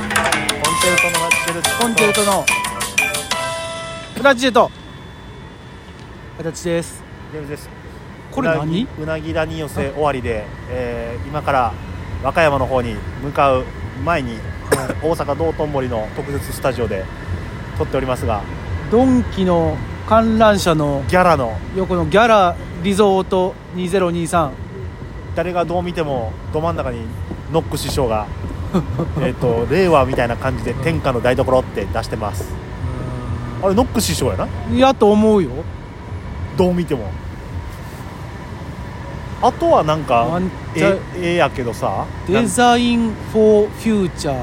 チェルトのチェルトコンチェルトのプラチェルト形ですゲームですこれ何うなぎうなぎ谷寄せ終わりで、えー今から和歌山の方に向かう前に大阪道頓堀の特設スタジオで撮っておりますがドンキの観覧車のギャラの横のギャラリゾート2023誰がどう見てもど真ん中にノック師匠 がえっと令和みたいな感じで天下の台所って出してますあれノック師匠やなやと思うよどう見てもあとはなんワかンチえャえやけどさデザインフォーフューチャー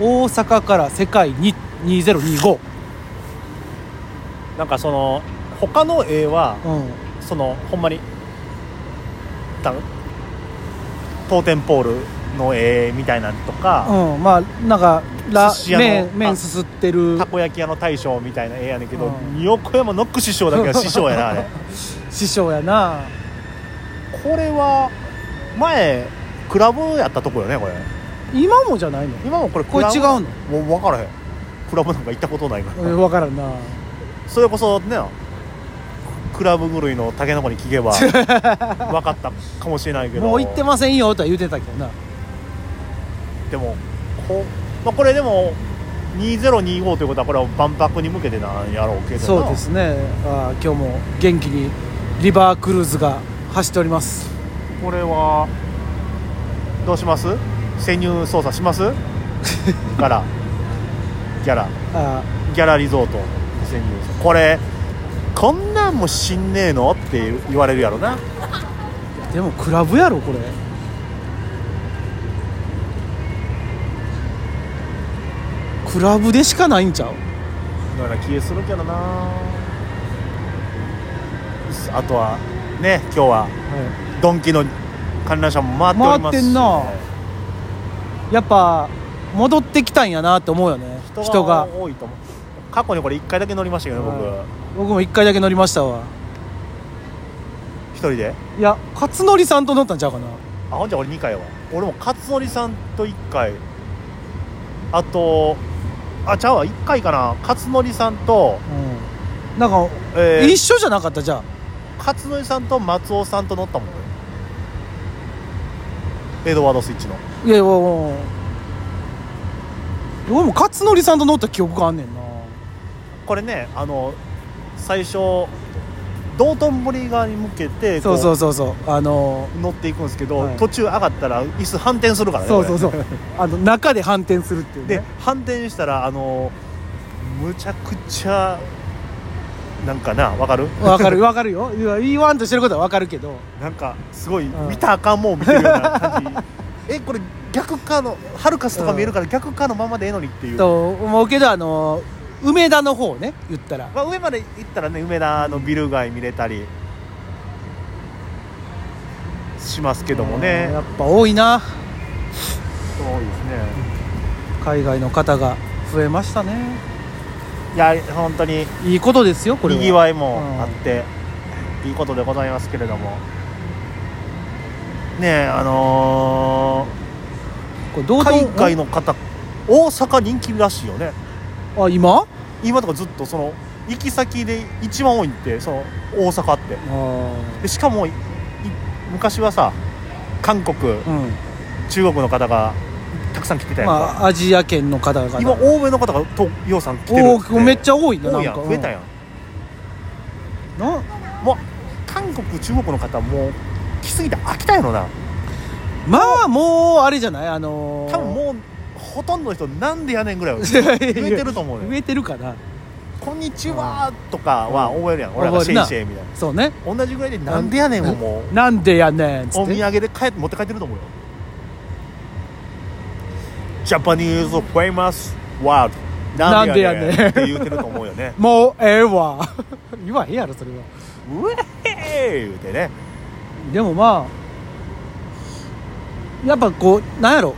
大阪から世界に2025なんかその他の絵はうんそのほんまにた当店ポールの絵みたいなんとか、うん、まあなんかラ寿司屋のあ麺麺すすってるたこ焼き屋の大将みたいな絵やねんけど、うん横山ノック師匠だけは師匠やなあ れ師匠やなこれは前クラブやったとこよねこれ今もじゃないの今もこれクこれラブ違うのもう分からへんクラブなんか行ったことないから、うん分からんなそれこそねクラブ狂いのタケノコに聞 けば分かったかもしれないけどもう行ってませんよとは言うてたけどなでもこ,、まあ、これでも2025ということはこれは万博に向けてなんやろうけどなそうですねあー今日も元気にリバークルーズが走っておりますこれはどうします潜入捜査します ガラギャラあギャラリゾート潜入捜査これこんなんもしんねえのって言われるやろなーでもクラブやろこれクラブでしかないんちゃうような気がするけどなあとはね今日はドンキの観覧車も回っておりますし回ってんなやっぱ戻ってきたんやなって思うよね人が人が多いと思う過去にこれ1回だけ乗りましたけどね僕は僕も1回だけ乗りましたわ一人でいや勝則さんと乗ったんちゃうかなあほんじゃ俺2回やわ俺も勝則さんと1回あとあちゃうわ1回かな勝則さんと、うんなんか、え一ー、緒じゃなかったじゃあ勝則さんと松尾さんと乗ったもん俺エドワードスイッチのいやいやもう俺も勝則さんと乗った記憶があんねんなこれねあの最初道頓堀側に向けてそうそううそうそうあの乗っていくんですけど、はい途中上がったら椅子反転するからねそうそうこそう あの中で反転するっていうれでね反転したらあのむちゃくちゃなんかなわかるわかるわかるよいや言わんとしてることはわかるけど なんかすごい、うん見たらあかんもん見てるような感じ えこれ逆かのハルカスとか見えるから逆かのままでええのにっていう、と思うけどあの梅田の方ね言ったらまあ、上まで行ったらね梅田のビル街見れたりしますけどもねうんやっぱ多いなそうですね海外の方が増えましたねいや本当にいいことですよこれにぎはわいもあって、いいことでございますけれどもねえあのこれどーうと海外の方大阪人気らしいよねあ今あ今とかずっとその行き先で一番多いってその大阪ってーでしかもい昔はさ韓国うん中国の方がたくさん来てたやんまか、あアジア圏の方が今欧米の方が東洋さん来てるおーめっちゃゃ多いな多なんいやかん増えたやんうんなもう韓国中国の方もう来すぎて飽きたやろなまあもうあれじゃないあのー、多分 もうほとんどの人なんでやねんぐらいは増いやいやえてると思う増よえてるかな「こんにちは」とかはうん覚えるやん俺らが「シェ覚えるなイシェイ」みたいそうねな同じぐらいで「なんでやねん」をもうなんでやねんっつおっ土て産で帰って持って帰ってると思うよジャパニーズフェイマスワールドなんでやねんって言うてると思うよ ねもうええわ 言わへんやろそれはうえーい言うてねでもまあやっぱこうなんやろ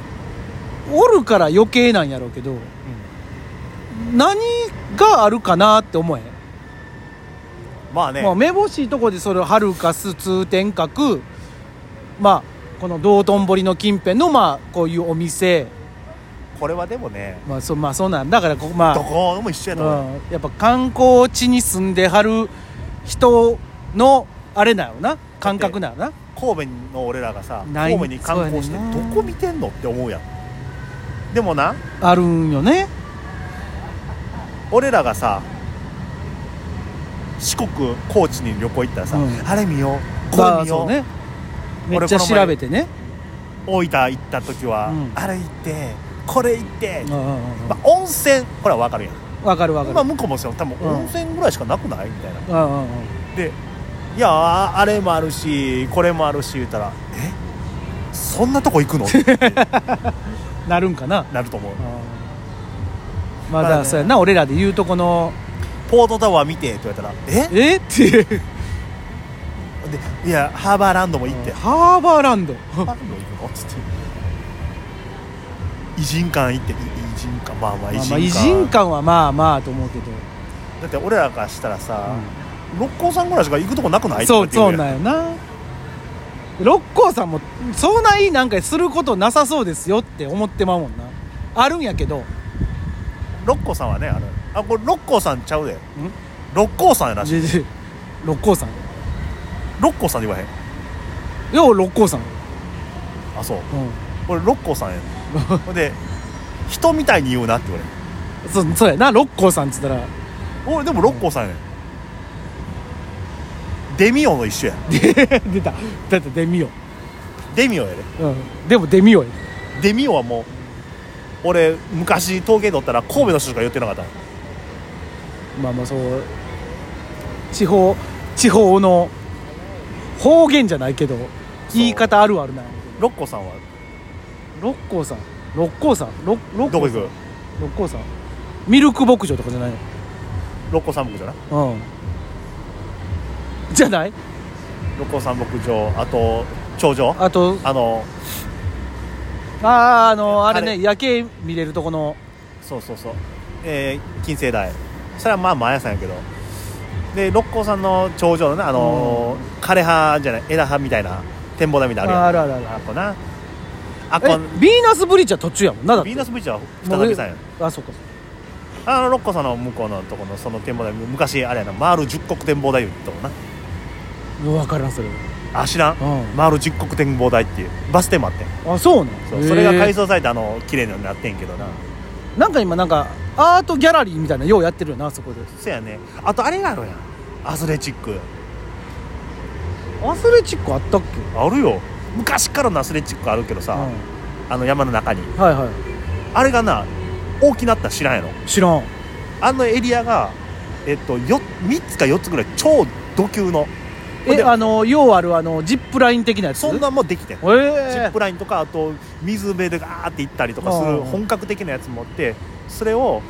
おるから余計なんやろうけど、何があるかなって思えへん、まあねまあ、目星いとこでそれをはるかす通天閣まあこの道頓堀の近辺のまあこういうお店これはでもねまあそ,、まあ、そんなんだからここまあどこも一緒やと思う、うん、やっぱ観光地に住んではる人のあれなよな感覚なよな神戸の俺らがさない神戸に観光してそうやねどんなこ見てんのって思うやんでもなあるんよね俺らがさ四国高知に旅行行ったらさ、うんあれ見ようこまれあ見よ,、そううねめ俺っちゃこの前調べてね大分行った時は、うんあれ行ってこれ行って、うんうんうんまあ、温泉これは分かるやん、わかるわかるまあ、向こうもそう多分うん温泉ぐらいしかなくないみたいなうんうんうんでいやーあれもあるしこれもあるし言ったらえそんなとこ行くのってなるんかななると 思ううんままああねだからそうやな俺らで言うとこのポートタワー見てって言われたらええって言でいやハーバーランドも行って、ハーバーランドハーバーランド行くのっつって偉人館行ってい偉人館まあまあ偉まあ人館,、まあ偉人館はまあまあと思うけど、だって俺らからしたらさ、六甲山ぐらいしか行くとこなくないそっうて言そうやんうなんよな六甲さんもそんないなんかすることなさそうですよって思ってまうもんなあるんやけど六甲山はねあれあこれ六甲山ちゃうで六甲山やなしじじ六甲山六甲山で言わへんよう六甲山、あそうう俺六甲山やねんほんで人みたいに言うなって言われるん、そそうやな六甲山っつったら 俺でも六甲さんやねん、デミオの一緒やで出ただってデミオ、デミオやでうん、でもデミオやデミオはもう俺昔統計取ったら神戸の人しか言ってなかったまあまあそう地方地方の方言じゃないけど言い方あるあるな六甲さんは六甲山六甲山六六どこ甲行山く六甲山ミルク牧場とかじゃない六甲山牧場なのうんじゃない六甲山牧場あと頂上ああとのあーあのあれねあれ夜景見れるとこのそうそうそうえー金星台それはまあ毎朝やけどで六甲山の頂上のねあのー枯葉じゃない枝葉みたいな展望台みたいなのあああるるあるあやんるあっこなあっえこビーナスブリッジは途中やもんなだってビーナスビーチはもう再びさんやんあそうかあの六甲山の向こうのとこのその展望台昔あれやな丸十国展望台いうとこな分からんそれあ知らんう丸十国展望台っていうバス停もあってんんあそうねそうそれが改装されてあの綺麗になってんけどななんか今なんかアートギャラリーみたいなのようやってるよなあそこでそやねあとあれがあるやんアスレチックアスレチックあったっけあるよ昔からのアスレチックあるけどさ、うあの山の中にん、はいはいあれがな大きなったら知らんやろ知らんあのエリアがえっとよ3つか4つぐらい超土級のほんえであのようあるあのジップライン的なやつそんなんもできてんえジーップラインとかあと水辺でガーって行ったりとかすうんるうん本格的なやつもあってそれを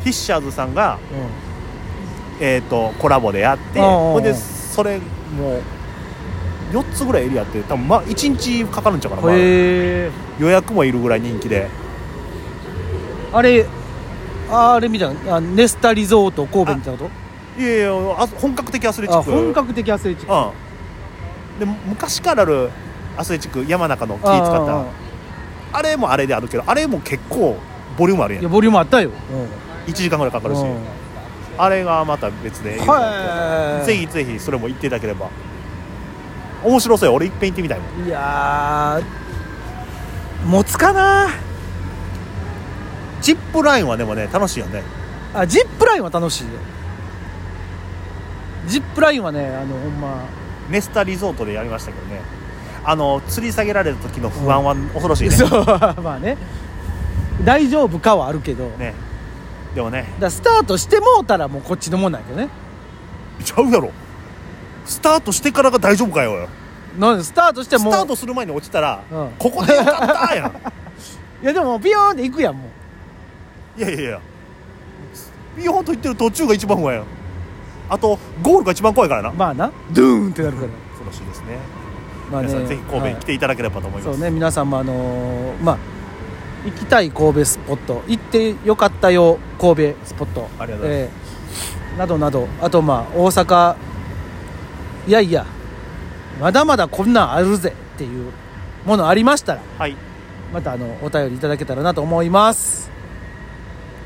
フィッシャーズさんが、うんえー、とコラボでやってうんうんうんほんでそれもう4つぐらいエリアって多分まあ1日かかるんちゃうかな、まあへえ予約もいるぐらい人気であれあれみたいなあネスタリゾート神戸みたいなこいやいやあ本格的アスレチとッあク本格的アスレチックうんで昔からあるアスレチック山中の木使ったああれもあれであるけどあれも結構ボリュームあるーやんいやボリュームあったよ、 1時間ぐらいかかうんるし、うんあれがまた別ではいぜひぜひそれも行っていただければ面白そうよ俺いっぺん行ってみたいもんいやー持つかなジップラインはでもね楽しいよねあジップラインは楽しいよジップラインはねあのほんまネスタリゾートでやりましたけどねあの吊り下げられた時の不安は恐ろしいね,、そう まあね大丈夫かはあるけど、だかねでもねらスタートしてもうたらもうこっちのもんなんやけどねちゃうやろスタートしてからが大丈夫かよなんでスタートしてスもうタートする前に落ちたら、うんここでよかったやん いやでもビヨーンって行くやんもういやいやいやビヨーンと言ってる途中が一番怖いやんあとゴールが一番怖いからなまあなドゥーンってなるから恐ろしいですねまあ皆さんぜひ神戸に来ていただければと思はいいます、そうね皆さんもあのーまあ行きたい神戸スポット行ってよかったよ神戸スポットありがとうございええなどなどあとまあ大阪いやいやまだまだこんなんあるぜっていうものありましたらはいまたあのお便りいただけたらなと思います